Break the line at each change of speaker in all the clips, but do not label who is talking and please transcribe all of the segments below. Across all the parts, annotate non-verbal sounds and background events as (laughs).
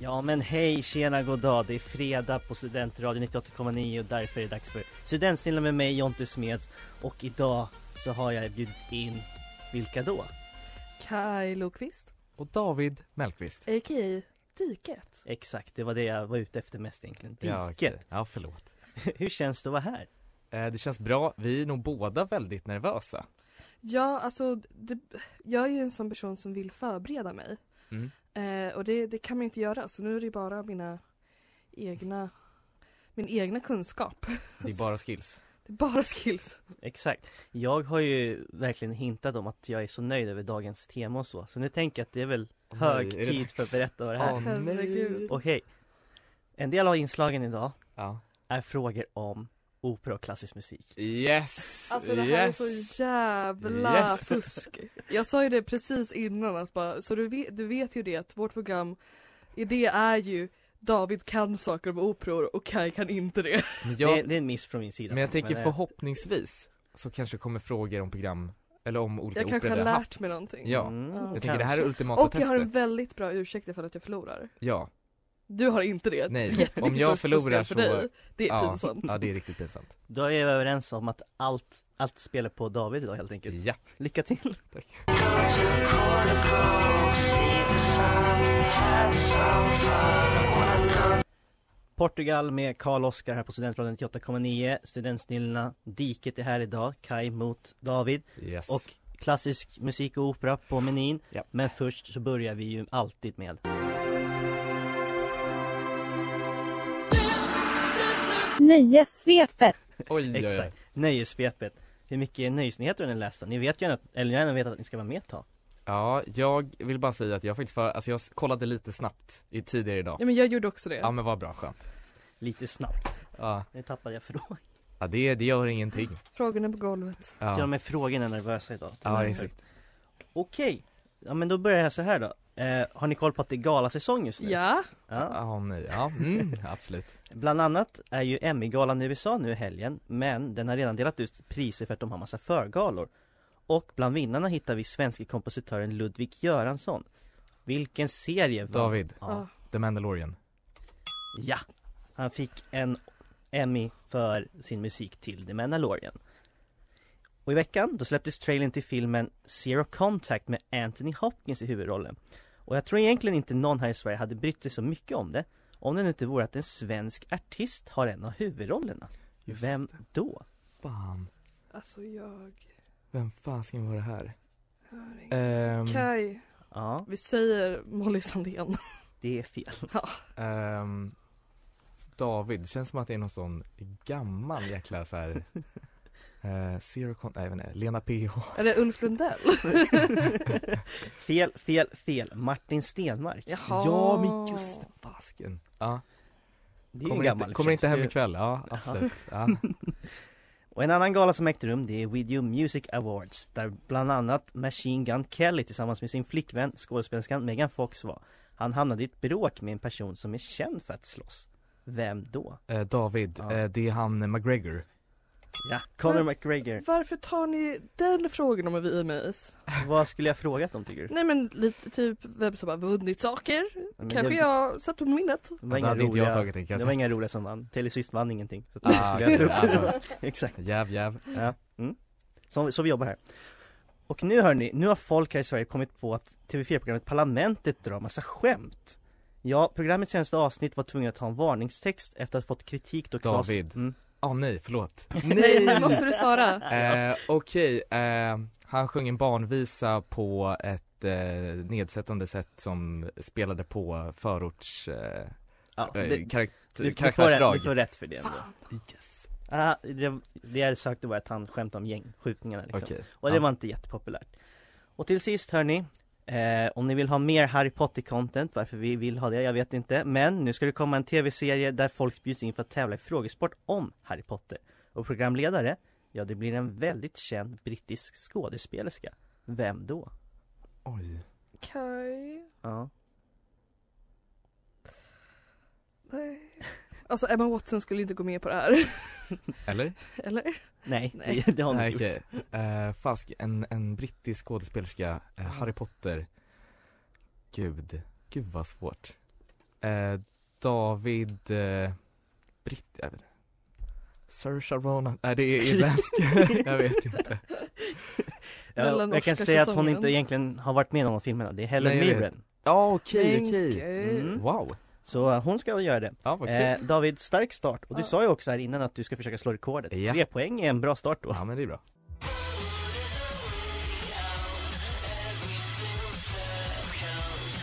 Ja men hej, tjena, god dag. Det är fredag på Studentradion 98,9 och därför är det dags för Studentstilla med mig Jonte Smeds och idag så har jag bjudit in, vilka då?
Kaj Lokvist,
och David Mellqvist.
a.k.a. Diket.
Exakt, det var det jag var ute efter mest egentligen.
Ja,
Diket!
okej. ja, förlåt.
(laughs) Hur känns det att vara här?
Eh, Det känns bra. Vi är nog båda väldigt nervösa.
Ja, alltså, det, jag är ju en sån person som vill förbereda mig.
Mm.
Eh, och det, det kan man ju inte göra, så nu är det ju bara mina egna, min egna kunskap.
Det är bara skills.
Det är bara skills.
Exakt. Jag har ju verkligen hintat om att jag är så nöjd över dagens tema och så, så nu tänker jag att det är väl
Åh,
hög
nej, är det
tid
dags?
för att berätta vad det här
Åh,
är.
Herregud.
Okej. En del av inslagen idag
Ja.
är frågor om opera och klassisk musik.
Yes!
Alltså det här
yes.
är så jävla
Yes.
fusk. Jag sa ju det precis innan att bara, så du vet, du vet ju det att vårt program, idé är ju David kan saker om operor och Kaj kan inte det.
men,
det,
jag,
det är en miss från min sida.
men jag tänker
eh,
förhoppningsvis så kanske kommer frågor om program, eller om olika
Jag kanske
operor vi
har lärt
haft.
mig någonting.
Ja.
Mm,
Jag
Jag
kanske.
tänker det här är ultimata
Och jag har en
testet.
väldigt bra ursäkt ifall att jag förlorar.
Ja, du
Du har inte (laughs) det.
Nej,
Jättemycket
om jag
saker på
förlorar
spel för
så-
dig. Det är
ja.
pinsamt.
ja det är riktigt pinsamt.
Då är vi överens om att allt, allt spelar på David idag helt enkelt.
Ja.
Lycka till!
Mm. (laughs) Tack.
Portugal med Karl Oskar här på Studentradion 98,9 Studentsnillena, Diket är här idag, Kai mot David
Yes.
och klassisk musik och opera på menyn
Ja.
Men först så börjar vi ju alltid med
Nöjessvepet.
oj, oj, oj.
Exakt, nöjessvepet Hur mycket nöjesnyheter har ni läst då? Ni vet ju att, eller jag vet att ni ska vara med ett tag
Ja, jag vill bara säga att jag faktiskt var, alltså jag kollade lite snabbt i, tidigare idag.
Ja men jag gjorde också det.
Ja men vad bra, skönt.
Lite snabbt,
Ja,
nu tappade jag frågan
ja det, det gör ingenting.
Frågorna på golvet.
Till och
Ja,
med frågorna är nervösa idag
ja exakt.
Okej, ja men då börjar jag så här då eh, Har ni koll på att det är galasäsong just nu?
Ja,
ja.
Ja, nej, ja, mm, (laughs) absolut.
Bland annat är ju Emmy-galan i USA nu i helgen Men den har redan delat ut priser för att de har massa förgalor Och bland vinnarna hittar vi svenske kompositören Ludvig Göransson Vilken serie vann?
David,
Ja,
The Mandalorian.
ja. Han fick en Emmy för sin musik till The Mandalorian Och i veckan, då släpptes trailern till filmen Zero Contact med Anthony Hopkins i huvudrollen Och jag tror egentligen inte någon här i Sverige hade brytt sig så mycket om det Om det nu inte vore att en svensk artist har en av huvudrollerna
Just
Vem då?
Fan,
alltså jag
vem fan ska vara det här?
hör inte.
Ehm,
Kaj,
Ja,
vi säger Molly Sandén.
det är fel
ehm, David, känns som att det är någon sån gammal jäkla
(laughs)
så här. eh, Zero Con, nej, jag vet inte, Lena PH.
Eller Ulf Lundell.
Fel, fel, fel Martin Stenmark
Jaha.
Ja men just det, fasken. Ja,
Det är ju en
kommer
gammal
inte, kommer inte
tjej.
hem ikväll, ja absolut. Ja.
Och en annan gala som ägt rum det är Video Music Awards Där bland annat Machine Gun Kelly tillsammans med sin flickvän skådespelerskan Megan Fox var Han hamnade i ett bråk med en person som är känd för att slåss Vem då?
Eh, David,
Ja.
eh, det är han eh, McGregor.
Ja, Conor
Men-
McGregor
Varför tar ni den frågan om VMAs?
Vad skulle jag frågat om tycker du?
Nej men lite typ vem som har vunnit saker.
Men det-
Kanske jag satt på minnet.
Det var
Det
inga
hade inte jag
roliga,
tagit en
det var
kasse.
inga roliga som vann Taylor Swift vann ingenting så att det
Ah,
skulle jag
okej,
ta upp.
ja, bra.
(laughs) Exakt
Jäv, jäv.
Ja, mm. så, så vi jobbar här. Och nu hörni, nu har folk här i Sverige kommit på att TV4-programmet Parlamentet drar massa skämt. Ja, programmets senaste avsnitt var tvungna att ha en varningstext efter att ha fått kritik då Claes...
David.
Mm.
ah, nej,
(laughs)
förlåt.
(laughs) Nej, nu måste du svara.
Eh, Okej, eh, han sjöng en barnvisa på ett eh, nedsättande sätt som spelade på förorts... Eh,
Ja,
eh,
det,
karakt-
du, du, får, rätt-
karaktärsdrag.
du får rätt för det ändå.
Fan.
Yes.
Ah, det, det jag sökte var att han skämtade om gängskjutningarna liksom.
Okej.
Och det
Ja.
var inte jättepopulärt. Och till sist hörni, eh, om ni vill ha mer Harry Potter content, varför vi vill ha det, jag vet inte. Men nu ska det komma en tv-serie där folk bjuds in för att tävla i frågesport om Harry Potter. Och programledare, ja det blir en väldigt känd brittisk skådespelerska. Vem då?
Oj.
Okej.
Ja,
Nej. Alltså Emma Watson skulle inte gå med på det här.
Eller?
Eller?
nej,
(laughs) Nej.
(laughs) det har hon
Nej,
inte gjort.
okej. Eh, fask, en, en brittisk skådespelerska, eh, Harry Potter. Gud, gud vad svårt. Eh, David, eh, Britt, jag vet inte. Saoirse Ronan, nej det är irländsk, (laughs) jag vet inte.
Ja,
Mellan
jag kan
Oscars
säga att hon
säsongen.
inte egentligen har varit med i någon av filmerna, det är Helen
Nej, jag vet.
Mirren.
Ja okej,
Men
okej.
gud.
Mm.
Wow.
Så eh, hon ska göra det.
Ja vad kul.
Eh, David, stark start. Och du
Ja.
sa ju också här innan att du ska försöka slå rekordet.
Ja.
Tre poäng är en bra start då.
Ja men det är bra.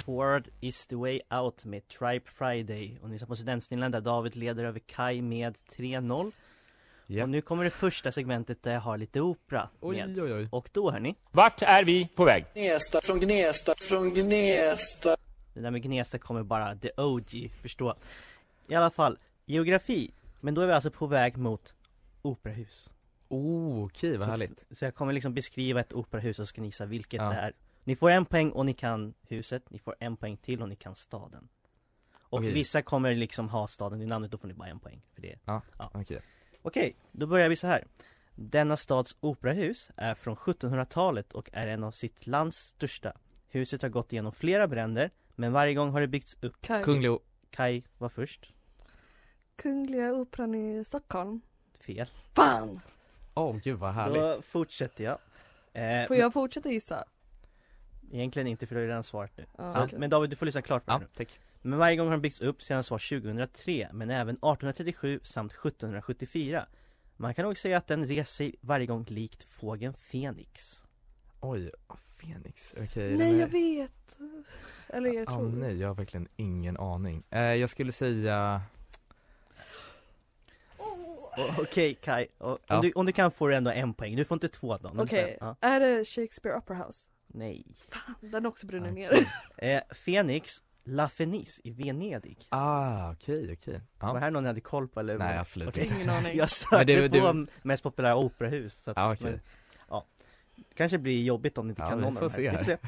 Forward is the way out med Tribe Friday. Och ni ser på Studentsnillan där David leder över Kai med 3-0.
Ja.
Och nu kommer det första segmentet där jag har lite opera med.
Oj oj oj.
Och då hörni,
Vart är vi på väg?
det där med Gnesta kommer bara the OG förstå. I alla fall, geografi. Men då är vi alltså på väg mot operahus.
Oh, okej vad
Så-
härligt.
Så jag kommer liksom beskriva ett operahus och ska ni gissa vilket
Ja.
det är Ni får en poäng och ni kan huset, ni får en poäng till och ni kan staden Och
Okej.
vissa kommer liksom ha staden i namnet, då får ni bara en poäng för det
Okej.
Okej, då börjar vi så här Denna stads operahus är från 1700-talet och är en av sitt lands största Huset har gått igenom flera bränder, men varje gång har det byggts upp
Kaj.
Kunglig o-
Kaj var först,
Kungliga Operan i Stockholm.
fel
Fan!
Åh gud vad härligt.
Då fortsätter jag eh,
Får jag fortsätta gissa?
Egentligen inte för du har redan svarat nu
Ja,
så,
okej.
Men David, du får lyssna klart på det
Ja,
nu
tack.
Men varje gång har den byggts upp sedan svar 2003 men även 1837 samt 1774 Man kan nog säga att den reser sig varje gång likt fågeln Fenix
Oj, Fenix, okej. den
Nej
är-
jag vet! Eller jag
Ja,
tror
Ah, nej, jag har verkligen ingen aning. Eh, jag skulle säga,
Och- Okej Kai, och, om,
Ja.
du, om du kan får du ändå en poäng, du får inte två då men
Okej,
fem. ja,
är det Shakespeare Opera House?
Nej
Fan, den också brinner
Okej.
ner.
eh, Fenix, La Fenice i Venedig
ah okej okej. Ja.
Var det här någon ni hade koll på eller?
Nej absolut
Okej.
inte.
Ingen (laughs) aning.
(laughs) Jag
Men
sökte
det- det-
på mest populära operahus så att,
Ja, Ah, okej.
men, ja. Kanske blir jobbigt om ni inte
Ja,
kan
vi
någon av de
får se
här. Vi får
här.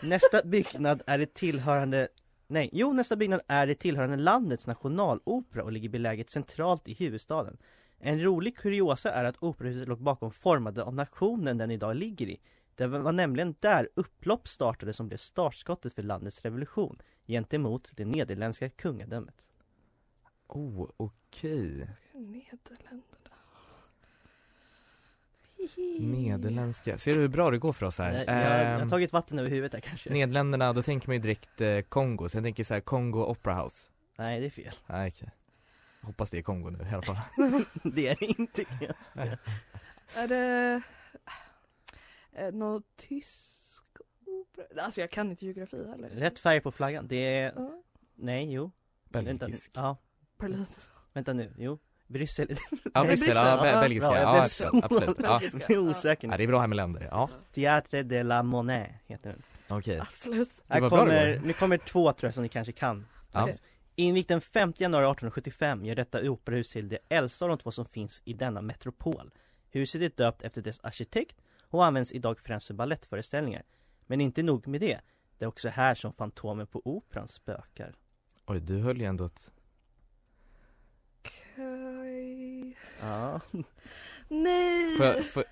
se. Nästa byggnad är det tillhörande Nej, jo nästa byggnad är det tillhörande landets nationalopera och ligger beläget centralt i huvudstaden En rolig kuriosa är att operahuset låg bakom formade av nationen den idag ligger i Det var nämligen där upplopp startade som blev startskottet för landets revolution Gentemot det nederländska kungadömet
Oh, okej.
(laughs) Nederländerna.
Nederländska. Ser du hur bra det går för oss här?
Nej, jag, jag
Ehm,
har tagit vatten över huvudet här kanske
Nederländerna, då tänker man ju direkt eh, Kongo, så jag tänker så här Kongo Opera House.
Nej det är fel, (laughs)
Nej okej. Hoppas det är Kongo nu i alla fall.
det är det inte fel.
Är det eh, någon tysk opera? Alltså jag kan inte geografi heller.
Rätt färg på flaggan, det är,
Ja,
nej jo (laughs) Vänta,
Belgisk.
ja,
Berlin.
vänta nu, jo Bryssel,
Ja,
Nej,
Bryssel,
Bryssel,
ja, be-
ja.
belgiska.
Bra, jag
Ja,
blev
absolut. absolut. Ja.
Belgiska.
jag är osäker
ja,
nu
det är bra här med länder. Ja,
Théâtre de la Monet heter den
okej.
(laughs) Absolut.
Det
Här
var bra det
kommer,
var.
nu kommer två tror jag som ni kanske kan
Ja.
Okej.
Invigt den 5 januari 1875 gör detta operahus till det äldsta av de två som finns i denna metropol Huset är döpt efter dess arkitekt och används idag främst för balettföreställningar Men inte nog med det Det är också här som Fantomen på Operan spökar
Oj, du höll ju ändå ett...
Okej.
Ja
Nej!
Får jag, får,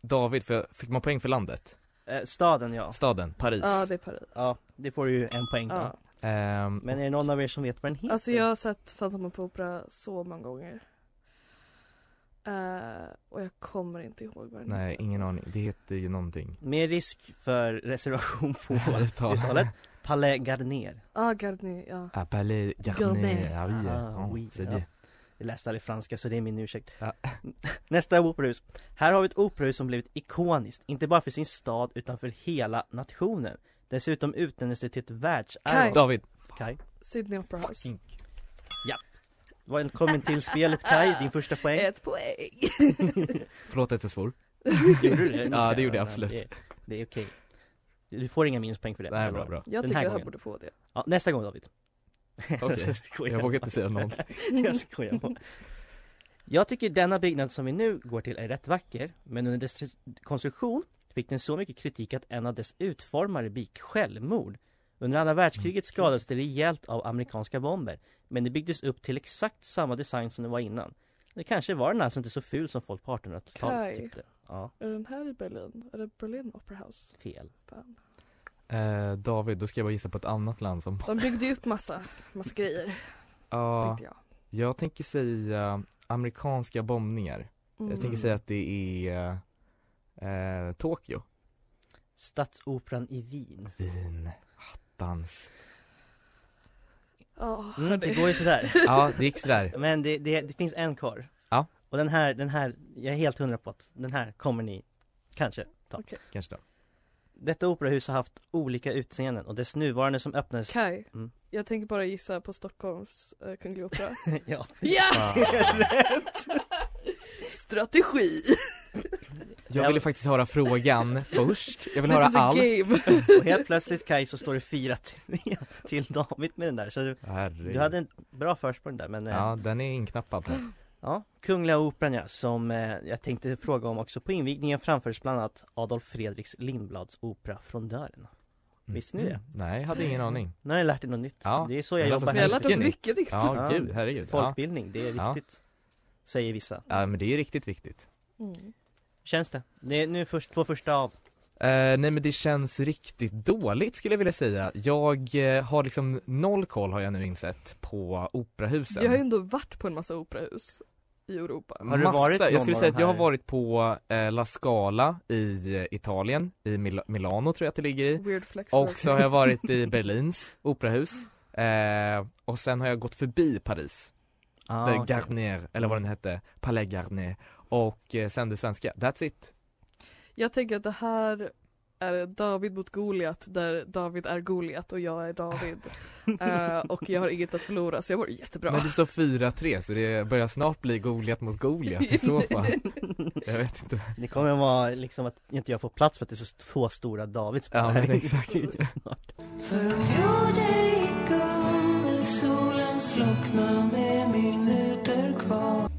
David, får jag, fick man poäng för landet?
eh, Staden ja
Staden, Paris.
Ja det är Paris.
Ja, det får du ju en poäng då.
Ja.
Ehm,
Men är det någon av er som vet vad den heter?
Alltså jag har sett Fantomen på Opera så många gånger. Eh, och jag kommer inte ihåg vad den
Nej,
heter.
ingen aning. Det heter ju någonting.
Med risk för reservation
(laughs)
på
Uttal.
uttalet Palais Gardner
Ah, Gardner, ja.
Ah, Palais Garnier.
Garnier.
Ah, oui,
Ah,
ja,
oui,
c'est
ja.
det.
Jag läste aldrig franska så det är min ursäkt
Ja.
(laughs) Nästa operahus Här har vi ett operahus som blivit ikoniskt, inte bara för sin stad utan för hela nationen Dessutom utnämndes det till ett världsarv
David.
Kaj
Sydney Opera House.
Välkommen till spelet Kaj, din första poäng
Eh.
(laughs)
Ett poäng!
Förlåt att jag svor.
Gjorde du (laughs) det?
Ja, det gjorde jag absolut.
Det, det är okej Du får inga minuspoäng för det
Nej, bra, bra.
Jag
Den
tycker
här
att han
gången.
borde få det.
Ja, nästa gång David (laughs)
Okej.
skojar
Jag vågar
bara.
inte säga någon.
(laughs) jag skojar bara. Jag tycker denna byggnad som vi nu går till är rätt vacker, men under dess konstruktion fick den så mycket kritik att en av dess utformare begick självmord. Under andra världskriget
Mm.
skadades det rejält av amerikanska bomber, men det byggdes upp till exakt samma design som det var innan. Det kanske var den alltså inte så ful som folk på 1800-talet
Kaj.
tyckte. Ja,
Är den här i Berlin? Är det Berlin Opera House?
fel.
Fan.
Eh, David, då ska jag bara gissa på ett annat land som...
De byggde ju upp massa, massa grejer,
Ja,
tänkte jag.
jag tänker säga amerikanska bombningar.
Mm.
Jag tänker säga att det är eh, eh, Tokyo.
Stadsoperan i Wien.
Vin. Attans.
Ja,
Mm, det går ju sådär.
(laughs) Ja, det gick sådär.
Men det, det, det finns en kvar.
Ja.
Och den här, den här, jag är helt hundra på att den här kommer ni kanske ta.
Kanske då.
Detta operahus har haft olika utseenden och dess nuvarande som öppnades...
Kaj,
Mm.
jag tänker bara gissa på Stockholms eh, Kungliga Opera.
(laughs) ja.
ja! Strategi!
Jag ville faktiskt
(laughs)
höra frågan först. Jag vill
This
höra
is a
allt.
game!
Och helt plötsligt Kaj så står det 4-3 till David med den där. Så du,
Herregud.
du hade en bra försprång där men... eh,
Ja, den är inknappad här.
Mm. ja. Kungliga Operan ja, som eh, jag tänkte fråga om också. På invigningen framfördes bland annat Adolf Fredriks Lindblads opera Frondören. Visste ni det?
Mm. Nej, jag hade ingen aning.
Nu har jag lärt er något nytt.
Ja.
Det är så jag
Vi har lärt
jobbar
oss
Vi har lärt oss
Vilken
mycket riktigt.
Ja,
Ja.
gud, herregud. Ja.
Folkbildning, det är
Ja.
viktigt. Säger vissa.
ja, men det är riktigt viktigt.
Mm.
Känns det? Det är nu först, två första av.
Eh, nej men det känns riktigt dåligt skulle jag vilja säga. Jag eh, har liksom noll koll har jag nu insett på operahusen.
Jag har ju ändå varit på en massa operahus i Europa.
Har du
Massa,
varit någon
jag skulle
av
säga
de
att jag har
här?
varit på eh, La Scala i eh, Italien, i Mil- Milano tror jag att det ligger i.
Weird flex. för
Och så har jag varit i Berlins operahus. Eh, och sen har jag gått förbi Paris,
Ah,
ah,
okej. Mm.
Garnier, eller vad den hette, Palais Garnier. Och eh, sen det svenska, that's it.
Jag tänker att det här är David mot Goliat där David är Goliat och jag är David. Eh, och jag har inget att förlora så jag mår jättebra.
Men det står 4-3 så det börjar snart bli Goliat mot Goliat i så
(laughs)
fall. jag vet inte.
Det kommer vara liksom att inte jag får plats för att det är så två stora Davids på
Ja,
den här (laughs)
men exakt.
snart.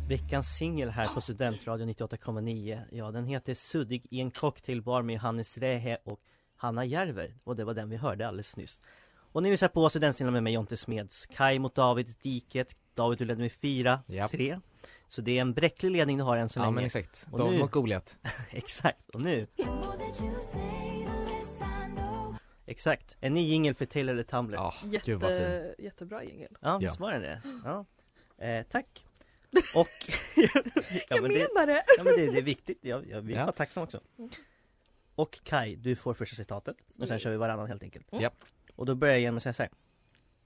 Veckans singel här på Studentradion 98,9 Ja den heter Suddig i en cocktailbar med Hannes Rähe och Hanna Järver Och det var den vi hörde alldeles nyss Och ni lyssnar på Studentsnillan med mig Jonte Smeds Kai mot David Diket David du ledde med 4-3
Japp.
Så det är en bräcklig ledning du har än så
Ja
länge
men exakt,
Och
David
nu-
mot Goliat.
(laughs) Exakt, och nu Exakt, en ny jingel för Taylor the Tumbler
Ja, gud vad fin.
Jätte, jättebra jingel.
Ja,
Ja.
visst var den det?
(gasps)
Ja. Eh,
(laughs)
tack. Och... (laughs) ja, men det,
menar det!
ja men det, det är viktigt, jag, jag vill
Ja.
vara tacksam också. Och Kai, du får första citatet och sen kör vi varannan helt enkelt.
Mm. Ja.
Och då börjar jag genom att säga så här.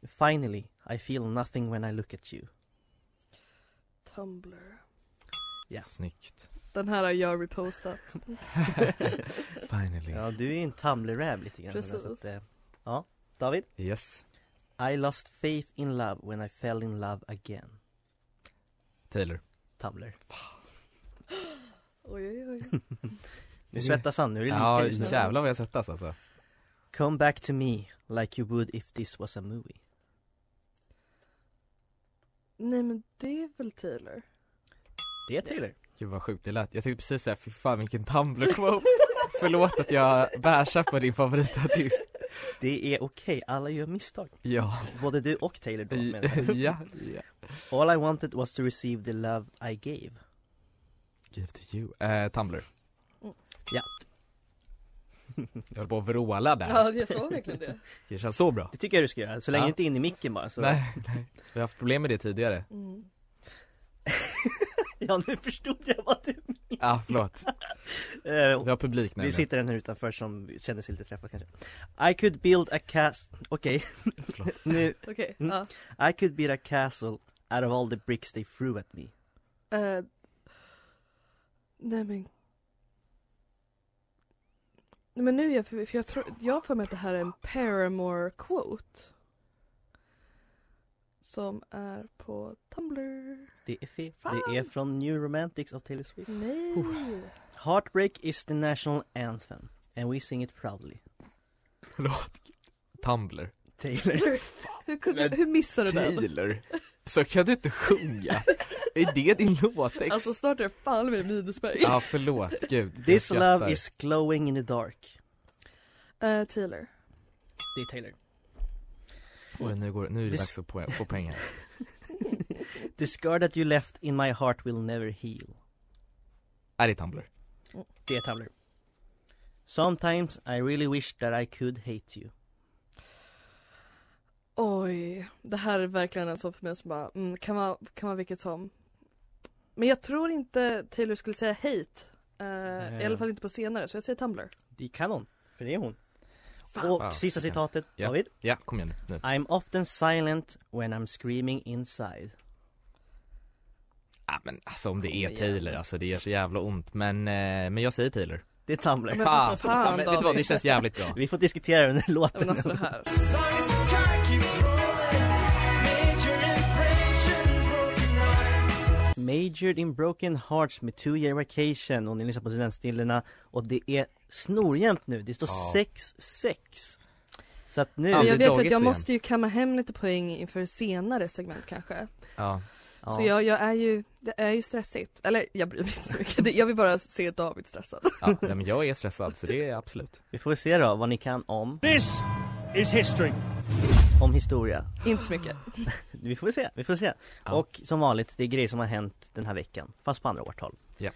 Finally, I feel nothing when I look at
(laughs)
you.
Tumblr.
(laughs)
Snyggt.
Den här har jag repostat.
Finally.
Ja, du är ju en Tumblr-räv lite grann.
Precis.
Så att, eh, ja, David?
Yes.
I lost faith in love when I fell in love again.
Taylor.
Tumblr.
Oj oj oj.
Nu svettas han, nu är det lika
Ja,
just nu.
jävlar vad jag svettas alltså.
Come back to me like you would if this was a movie.
Nej men det är väl Taylor?
Det är Taylor.
Gud vad sjukt det lät. Jag tänkte precis säga, fy fan vilken
(laughs)
Tumblr quote. Förlåt att jag bärsar på din favoritartist.
Det är okej, alla gör misstag.
Ja.
Både du och Taylor då
ja,
menar jag.
(laughs) ja.
All I wanted was to receive the love I gave.
Give to you. Eh, Tumblr.
Mm.
(laughs) Ja.
Jag höll på att vråla där.
Ja jag såg verkligen det.
Det känns så bra.
Det tycker jag du ska göra, så länge
Ja.
du inte är inne i micken bara så.
Nej, nej. Vi har haft problem med det tidigare.
Mm.
(laughs) Ja nu förstod jag vad du
Ja, förlåt.
Eh,
Vi har publik
Det
nämligen.
sitter en här utanför som känner sig lite träffad kanske I could build a cast... Okej, (laughs) nu
Okej,
Mm.
ja.
I could build a castle out of all the bricks they threw at me?
Eh, nej men... Nej, Men nu är jag för, för jag tror, jag har för mig att det här är en Paramore quote. Som är på Tumblr.
Det är fel.
Fan.
Det är från New Romantics av Taylor Swift.
Nej!
Oh.
Heartbreak is the national anthem and we sing it proudly.
Förlåt. Tumblr.
Taylor.
Hur, kunde, hur missade du den?
Taylor. Så kan du inte sjunga. Är det din låttext?
Alltså snart är det fan med minuspoäng.
Ja, förlåt. Gud.
(laughs)
jag
This
skrattar.
love is glowing in the dark.
(laughs) Eh, Taylor.
Det är
(laughs)
Taylor.
Oj, nu, går, nu är det
This-
dags att po- få pengar.
The scar that you left in my heart will never heal.
Är det Tumblr?
Det är Tumblr. Sometimes I really wish that I could hate you.
Oj, det här är verkligen en sån för mig som bara, mm, kan vara kan man vilket som. Men jag tror inte Taylor skulle säga hate. Eh, I
Nej.
alla fall inte på senare, så jag säger Tumblr.
Det kan hon, för det är hon.
Fan.
Och
Wow.
sista citatet,
Ja.
David.
Ja, kom igen nu.
I'm often silent when I'm screaming inside.
Ah, men alltså om det
Kom
är
igen.
Taylor, alltså det gör så jävla ont. Men, eh, men jag säger Taylor.
Det är Tumblr.
Men vad
Ja,
fan,
men vet du vad, det
David.
känns jävligt
(laughs)
bra.
Vi får diskutera under
Ja,
låten.
Men alltså det här.
Majored in broken hearts med two year vacation och ni lyssnar på studentstillerna och det är snorjämnt nu. Det står
Ja.
6-6. Så att nu...
Ja,
Men jag
det är
vet ju att
dagens
jag
igen.
måste ju kamma hem lite poäng inför senare segment kanske.
Ja.
Ja.
Så jag, jag är ju, det är ju stressigt. Eller jag bryr mig inte så mycket, Det- jag vill bara se David stressad. (laughs)
Ja, nej, men jag är stressad så det är absolut.
Vi får se då vad ni kan om,
This is history.
om historia.
inte så mycket.
Vi får se, vi får se.
Ja.
Och som vanligt, det är grejer som har hänt den här veckan, fast på andra årtal.
Ja.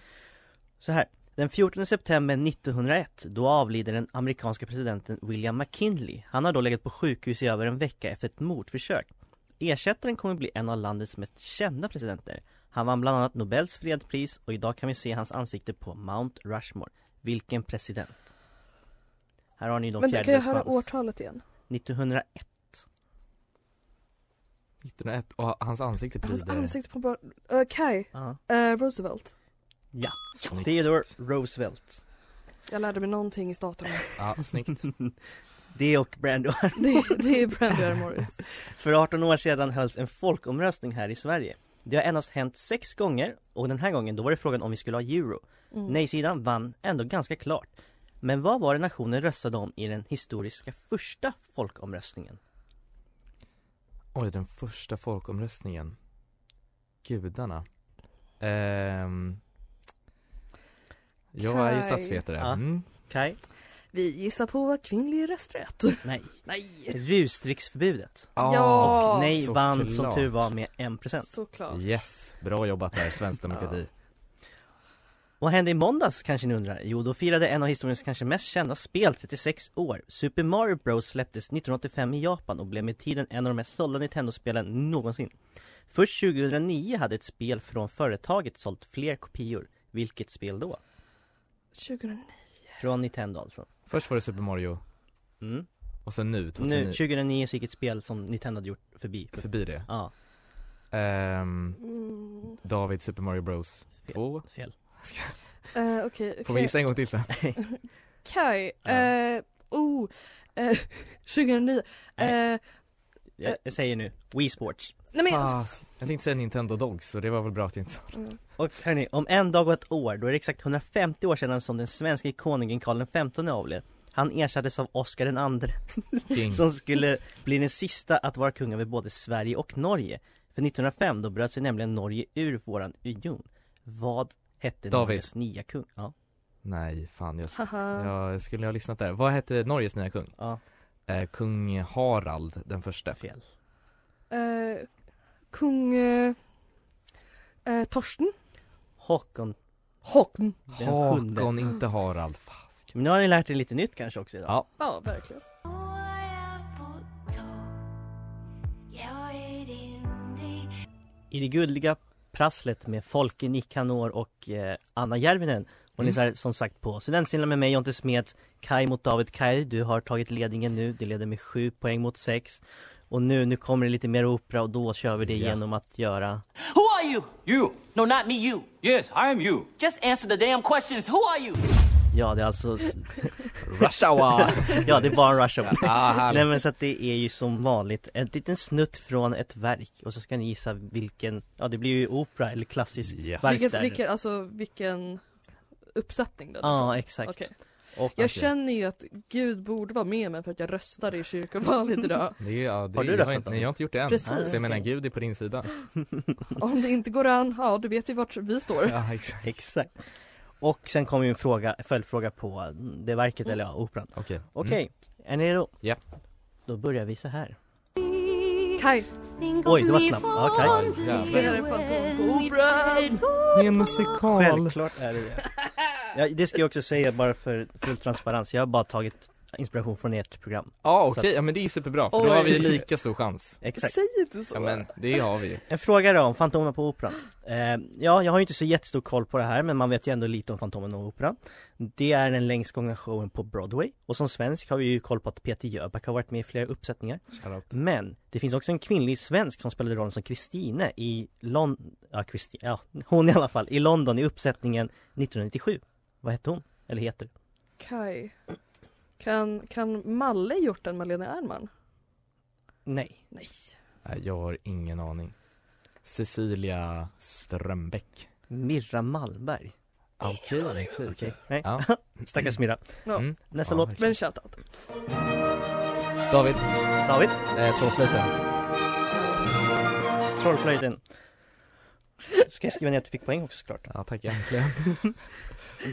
Så här, den 14 september 1901, då avlider den amerikanska presidenten William McKinley. Han har då legat på sjukhus i över en vecka efter ett mordförsök. Ersättaren kommer bli en av landets mest kända presidenter. Han vann bland annat Nobels fredspris och idag kan vi se hans ansikte på Mount Rushmore. Vilken president? Här har ni de
Men kan jag
fjärdedels
höra
chans.
årtalet igen?
1901.
1901 och hans ansikte
Hans
pryder.
ansikte på bara, uh, Kai,
Ja.
eh, Roosevelt.
ja.
Snyggt.
Theodore Roosevelt.
Jag lärde mig någonting
(laughs)
i staten.
Ja, snyggt.
Det och Brando. (laughs)
Det, det är Brandy R. Morris.
För 18 år sedan hölls en folkomröstning här i Sverige. Det har endast hänt sex gånger och den här gången då var det frågan om vi skulle ha euro.
Mm.
Nej-sidan vann ändå ganska klart. Men vad var det nationen röstade om i den historiska första folkomröstningen?
Oj, den första folkomröstningen. Gudarna. Ehm, jag är ju
Kaj.
statsvetare.
Ja.
Mm.
Kai?
Vi gissar på kvinnlig rösträtt.
Nej.
Nej.
Rusdrycksförbudet.
Ah,
Ja.
Och nej
såklart.
vann som tur var med 1%.
Såklart.
Yes, bra jobbat där, svensk demokrati.
Vad hände i måndags kanske ni undrar? Jo, då firade en av historiens kanske mest kända spel 36 år. Super Mario Bros släpptes 1985 i Japan och blev med tiden en av de mest sålda Nintendo-spelen någonsin. Först 2009 hade ett spel från företaget sålt fler kopior. Vilket spel då?
2009.
Från Nintendo alltså.
Först var det Super Mario
Mm.
och sen nu,
Nu
2009,
2009 så gick ett spel som Nintendo hade gjort förbi.
förbi det.
Ja,
Ehm,
Mm.
David Super Mario Bros.
Fel.
2.
fel. (laughs)
Eh, Okej.
Får vi
Okay,
gissa en gång till sen?
Kai.
Ja.
eh, oh. (laughs) eh, 2009.
Nej.
Eh,
Jag, jag säger nu, Wii Sports.
nej men.
Fas. Jag tänkte säga Nintendo Dogs så det var väl bra att jag inte sa det.
Och hörni, om en dag och ett år, då är det exakt 150 år sedan som den svenska konungen Karl XV avled. Han ersattes av Oscar den andre (laughs)
Ding.
som skulle bli den sista att vara kung över både Sverige och Norge. För 1905 då bröt sig nämligen Norge ur våran union. Vad hette
David.
Norges nya kung? Ja,
Nej, fan jag,
Haha.
jag skulle ha lyssnat där. Vad hette Norges nya kung?
ja,
Eh, kung Harald den första.
fel.
Eh, kung. Eh, eh, Torsten.
Håkon
Håkon.
den sjunde.
Hakon, inte Harald. Fas.
Men nu har ni lärt er lite nytt kanske också idag.
Ja.
Ja, verkligen.
I det gulliga prasslet med Folke Nikanor och eh, Anna Järvinen. Och ni
Mm.
lyssnar som sagt på Studentsidan med mig Jonte Smed, Kai mot David Kai. Du har tagit ledningen nu. Du leder med 7 poäng mot 6. Och nu, nu kommer det lite mer opera och då kör vi det genom att göra
Who are you? You. No, not me, you. Yes, I am you. Just answer the damn questions. Who are you?
Ja, det är alltså,
Rush hour!
ja det är bara en rush hour.
(laughs) ah,
Nej
härligt.
men så att det är ju som vanligt en liten snutt från ett verk och så ska ni gissa vilken, ja det blir ju opera eller klassisk
Yes.
verk
Vilken,
där.
vilken, alltså, vilken uppsättning den
Ja
är.
exakt.
Okej.
Och,
Jag
okej.
känner ju att Gud borde vara med mig för att jag röstade i kyrkovalet idag.
det är, ja,
Har
det har
du
du jag, har
röstat
inte,
då?
nej, jag har inte gjort det än.
Precis.
Så jag menar, Gud är på
(laughs)
din sida.
Om det inte går an, ja du vet ju vart vi står.
Ja,
(laughs)
exakt.
Exakt. Och sen kommer ju en fråga, följdfråga på mm, det verket eller ja, operan.
Okej. Mm.
Okej, är ni redo?
Ja.
Då börjar vi så här.
Kaj,
Oj, det var snabbt. Ja,
Ja,
Kaj.
jävlar.
spelar en fantom på operan!
Det är en musikal.
Självklart är det
(laughs)
det. Ja, det ska jag också säga bara för full transparens. Jag har bara tagit inspiration från ert program.
Ja okej, ja men det är ju superbra för då
Oj.
har vi lika stor chans.
Exakt.
Säg inte så!
Ja men det har vi ju.
En fråga då om Fantomen på Operan. Eh, ja, jag har ju inte så jättestor koll på det här men man vet ju ändå lite om Fantomen på Operan. Det är den längst gångna showen på Broadway och som svensk har vi ju koll på att Peter Jöback har varit med i flera uppsättningar.
Shoutout.
Men det finns också en kvinnlig svensk som spelade rollen som Kristine i London, ja, Kristi- ja (laughs) hon i alla fall, i London i uppsättningen 1997. Vad hette hon? Eller heter?
Kaj. Kan, kan Malle gjort den Malena Ernman?
Nej.
Nej.
Nej, jag har ingen aning. Cecilia Strömbäck.
Mirra Malmberg.
Okej, okej.
Nej.
Ja.
Stackars Mirra.
Ja.
Mm.
Nästa
Ja,
låt.
verkligen.
Men shoutout.
David,
David.
eh, Trollflöjten.
Trollflöjten. Ska jag skriva ner att du fick poäng också såklart.
Ja tack äntligen.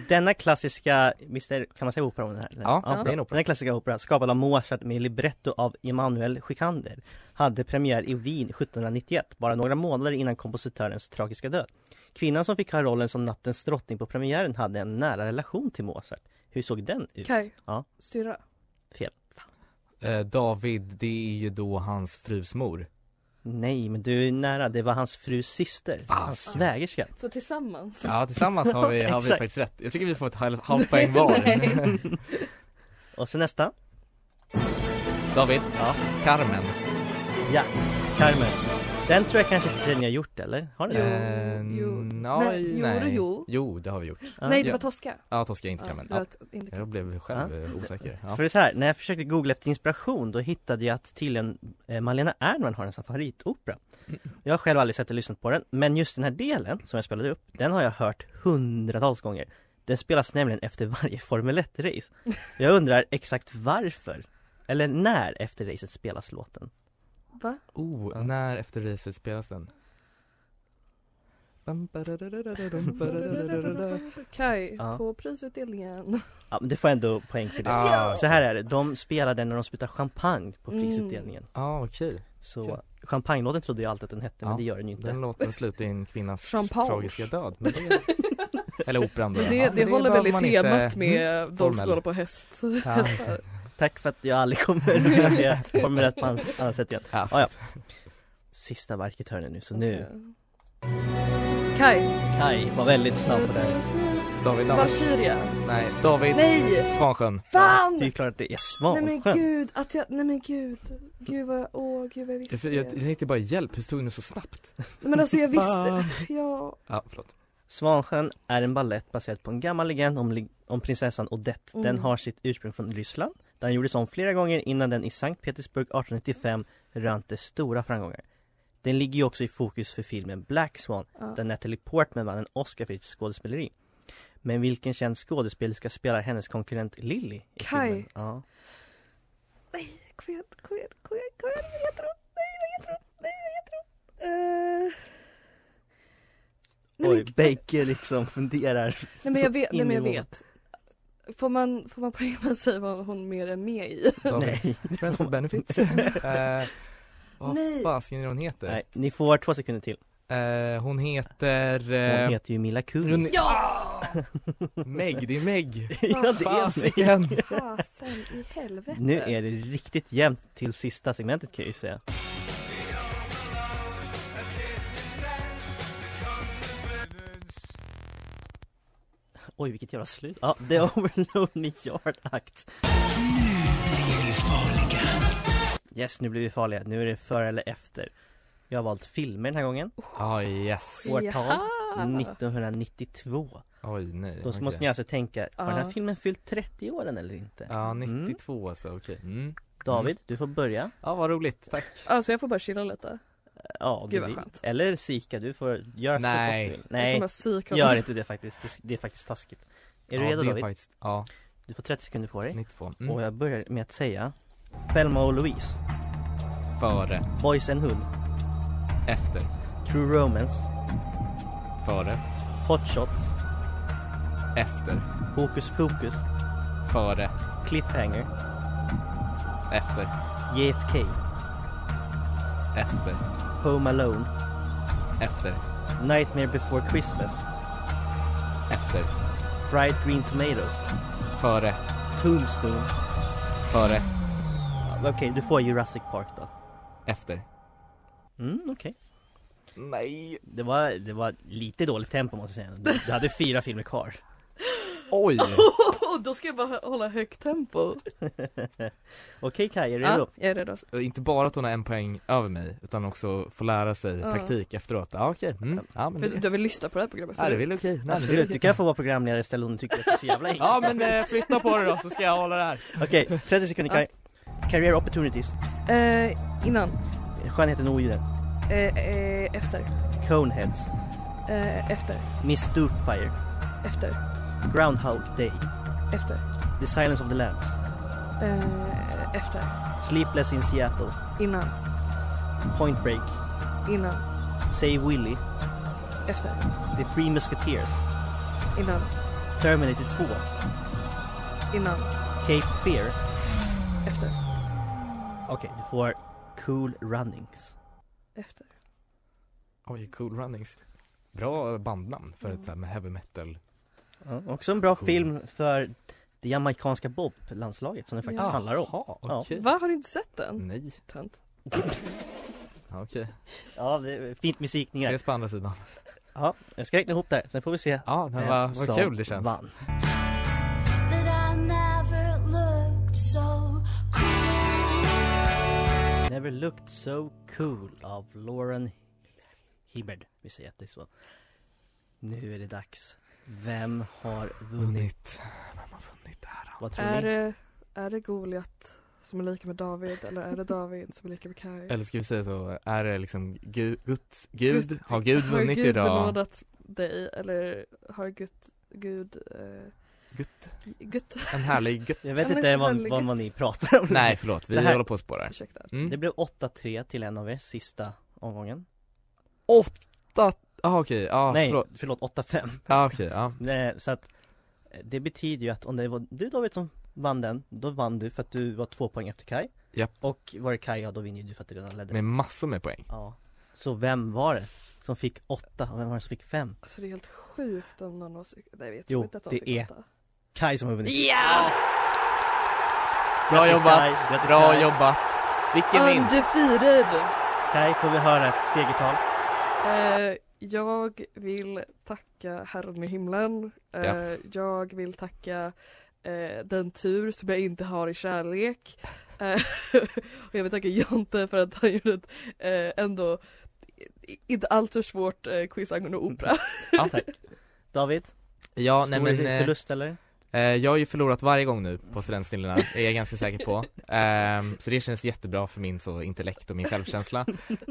Denna klassiska, visst är, kan man säga opera om den här? eller?
Ja, det är en
bra.
opera.
Denna klassiska opera, skapad av Mozart med libretto av Emanuel Schikaneder, hade premiär i Wien 1791, bara några månader innan kompositörens tragiska död. Kvinnan som fick ha rollen som nattens drottning på premiären hade en nära relation till Mozart. Hur såg den ut?
Kaj.
Ja,
Syrra.
fel.
(laughs) Eh, David, det är ju då hans frus mor.
Nej, men du är nära. Det var hans frus syster.
Fan.
Hans svägerska.
Så tillsammans.
Ja tillsammans har vi, har vi
Exakt.
faktiskt rätt. Jag tycker vi får ett halv- halvt poäng var.
Och så nästa.
David,
Ja.
Carmen.
Ja, Carmen. Den tror jag kanske inte ni har gjort, eller? Har ni
Jo,
det?
jo.
ja,
Nej, jo,
Eh, nej.
jo.
Jo, det har vi gjort.
Ja.
Nej det
ja.
var Tosca.
Ja, Tosca inte Carmen. Ja,
det var inte Kaj.
jag blev själv eh, osäker. Ja.
För det är så här, när jag försökte googla efter inspiration då hittade jag att tydligen eh, Malena Ernman har en sån favoritopera Jag har själv aldrig sett eller lyssnat på den, men just den här delen som jag spelade upp, den har jag hört hundratals gånger Den spelas nämligen efter varje Formel 1-race Jag undrar exakt varför, eller när efter racet spelas låten?
Va?
Oh,
Ja.
när efter racet spelas den? Bam, badadadadadam, badadadadadada.
Kaj,
Ja.
på prisutdelningen.
Ja men det får jag ändå poäng för det
Ah.
Så här är det, de spelar den när de sprutar champagne på prisutdelningen
Ja, okej.
Så
Kul.
champagnelåten trodde jag alltid att den hette, men
Ja,
det gör den ju inte
Den låten slutar i en kvinnas
Champagne.
tragiska död. Men
(laughs)
det... Eller operan då.
Det,
ja, men
det håller väl
behöver
i
man
temat
inte- Mm.
med Mm. de som
formell.
håller på häst.
Ja, exakt.
Tack för att jag aldrig kommer
(laughs)
att se Formel 1 på annat annat sätt igen
Ja,
Ah, ja. Sista verket hör ni nu, så nu
Kaj.
Kaj var väldigt snabb på det
David, David.
Valkyria.
Nej, David
Nej!
Svansjön.
Det är ju
Fan!
klart att det är
Nej men
Svansjön
gud, att jag, nej men gud. Gud vad jag, åh gud vad jag
Jag,
visste.
jag, jag tänkte bara hjälp, hur stod du så snabbt?
Men alltså jag visste, ja.
Ja, förlåt.
Svansjön är en ballett baserad på en gammal legend om, li- om prinsessan Odette Den
Mm.
har sitt ursprung från Ryssland Den gjordes om flera gånger innan den i Sankt Petersburg 1895 rönte stora framgångar Den ligger ju också i fokus för filmen Black Swan
ja.
där Natalie Portman vann en Oscar för sitt skådespeleri. Men vilken känd skådespelerska spelar hennes konkurrent Lily i
Kai.
filmen? Ja.
Nej, kom igen, kom igen, kom igen, kom igen, vad heter hon? Nej, vad heter hon? Nej, vad heter hon? Eh, Nej,
Oj,
men,
bägge liksom funderar.
nej men jag vet,
in
nej men
i
jag
vågen.
vet. Får man, får man poäng om man säger vad hon mer är med i?
David.
Nej. (laughs)
Friends with (laughs) benefits. eh, vad
Nej.
fasiken är det hon heter?
Nej, ni får två sekunder till.
Eh, hon heter...
Hon
eh,
heter ju Mila
hon-
Kunis.
Ja!
Meg, det är (laughs) Meg.
(laughs) ja, det är hon.
Fasiken.
Fasen i helvete.
Nu är det riktigt jämnt till sista segmentet kan jag ju säga. Oj, vilket jävla slut. Ja, (laughs) The Overlord New Yard Act. Yes, nu blir vi farliga. Nu är det före eller efter. Jag har valt filmer den här gången.
(laughs) Ah, yes.
Årtal
Ja.
1992.
Oj, nej.
Då
okej.
måste ni alltså tänka, har den här
Ja.
filmen fyllt 30 åren eller inte?
Ja,
Mm.
92 alltså, okej. Ah. Mm.
David, du får börja.
Ja, vad roligt, tack.
Alltså jag får bara chilla lite.
Ja, om
Gud,
du
vad
vill.
skönt.
Eller Sika, du får göra
Nej.
så gott du vill.
Jag
Nej,
kommer psyka
gör inte det faktiskt. Det- Det är faktiskt taskigt. Är du
ja,
redo
det
David?
Faktiskt, ja,
Du får 30 sekunder på dig.
92. Mm.
Och jag börjar med att säga Thelma och Louise,
Före,
Boys and Hood,
efter,
True Romance,
före,
Hot Shots,
efter,
Hokus Pokus,
före,
Cliffhanger,
efter,
JFK,
efter,
Home Alone,
efter,
Nightmare Before Christmas,
efter,
Fried Green Tomatoes,
före,
Tombstone.
före,
Okej, du får Jurassic Park då.
efter.
Mm, okej.
Nej.
Det var, det var lite dåligt tempo måste jag säga. Du, du hade fyra filmer kvar.
Oj!
(laughs) Då ska jag bara hålla högt tempo.
okej Kaj, är du redo?
Ja, jag är redo.
Eh, Inte bara att hon har en poäng över mig, utan också få lära sig
Ja.
taktik efteråt. Ja, okej. Mm. Ja, men det,
Du har väl lyssnat på det här programmet
ja, det är väl okej. Nej, men det är
Absolut,
väl
du
okej.
kan få vara programledare istället om du tycker att det är så
(laughs)
jävla enkelt.
Ja, men eh, flytta på dig då så ska jag hålla det här.
Okej, 30 sekunder Kaj. Career opportunities.
Eh, innan.
Skönheten och odjuren.
Eh, eh, efter.
Coneheads.
Eh, efter.
Miss Doubtfire.
Efter.
Groundhog Day.
Efter.
The Silence of the Lambs.
Eh, efter.
Sleepless in Seattle.
Innan.
Point Break.
Innan.
Save Willy.
Efter.
The Three Musketeers.
Innan.
Terminator 2.
Innan.
Cape Fear.
Mm.
Efter.
Okej, du får Cool Runnings.
Efter.
Oj, Cool Runnings. Bra bandnamn för ett så här med heavy metal.
Ja, också en bra
Cool.
film för det jamaicanska boblandslaget som det faktiskt
Ja.
handlar om.
Jaha,
Ja.
okej.
Va, har du inte sett den?
Nej,
Tönt.
ja, okej.
Ja, det är fint med sikningar.
Ses på andra sidan.
Ja, jag ska räkna ihop där, sen får vi se
Ja, men
vem
vad,
som
vad kul det känns.
vann.
But I never looked so cool.
Never looked so cool av Lauren Hibbard. Vi säger att det är så. Nu är det dags. Vem har vunnit?
Vunnit. Vem har vunnit där?
Vad tror
Är
ni?
det, är det Goliat som är lika med David eller är det David som är lika med Kaj?
Eller ska vi säga så, är det liksom Gud, Guds, Gud,
Gud-
har Gud
har
vunnit
Gud
idag?
benådat dig eller har Gud, Gud, eh,
Gutt,
Gud,
en
(laughs)
härlig gutt.
Jag vet
Men
inte vad,
väldigt-
vad man ni pratar om.
Nej förlåt,
Så
vi
här.
håller på att spåra.
ursäkta.
Mm.
Det blev 8-3 till en av er sista omgången.
Åtta, ah, okej, ah,
Nej,
förlåt.
förlåt 8-5.
Ah, okej, ah.
Nej, så att eh, det betyder ju att om det var du David som vann den, då vann du för att du var två poäng efter Kai.
Japp.
Och var det Kai, ja då vinner ju du för att du redan ledde.
Med massor med poäng.
Ja. Så vem var det som fick åtta och vem var det som fick fem?
Alltså det är helt sjukt om någon av oss, nej jag
Jo,
tror inte att de
det
fick
är-
åtta.
Kai som har vunnit.
Bra
Grattis, Kai.
jobbat,
Grattis,
bra
Kai.
jobbat. Vilken vinst.
Undefeated!
Kai, får vi höra ett segertal?
Eh, jag vill tacka Herren i himlen. Eh,
Ja.
Jag vill tacka eh, den tur som jag inte har i kärlek. Eh, (laughs) och jag vill tacka Jonte för att han gjorde ett eh, ändå i- inte alltför svårt eh, quiz angående opera.
Ja.
Tack. David,
Ja, nej
stor
men, eh,
förlust eller?
eh, jag har ju förlorat varje gång nu på studentsnillena, är jag ganska säker på. Ehm, så det känns jättebra för min så intellekt och min självkänsla.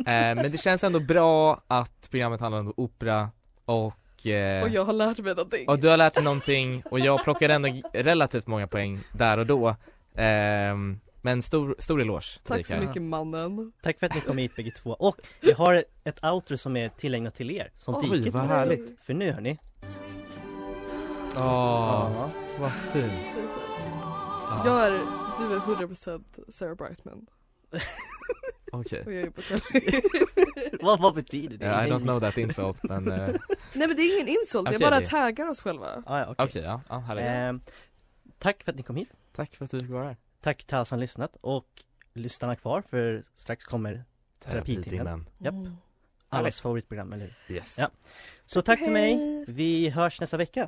Ehm, men det känns ändå bra att programmet handlar om opera och eh,
Och jag har lärt mig någonting.
Och du har lärt dig någonting och jag plockade ändå relativt många poäng där och då Ehm, Men stor, stor eloge till dig,
Tack så
Karin.
mycket mannen.
Tack för att ni kom hit bägge två. Och jag har ett outro som är tillägnat till er, som
Oj,
diket.
vad
var.
härligt.
För nu hörni.
Åh, Ah, vad fint Ja,
Jag är, du är 100% Sarah Brightman
Okej,
och jag är på Kelly.
Vad, vad betyder det?
Yeah, I don't know that insult men eh,
(laughs) Nej men det är ingen insult, jag
Okej,
bara
det-
taggar oss själva.
Ah, ja, okej.
okej ja, ja härligt
Ehm, tack för att ni kom hit.
Tack för att du fick vara här
Tack till alla som lyssnat och lyssnarna kvar för strax kommer Terapitimmen. Japp.
Mm.
allas favoritprogram, eller hur?
Yes
Ja. Så tack för mig. Vi hörs nästa vecka.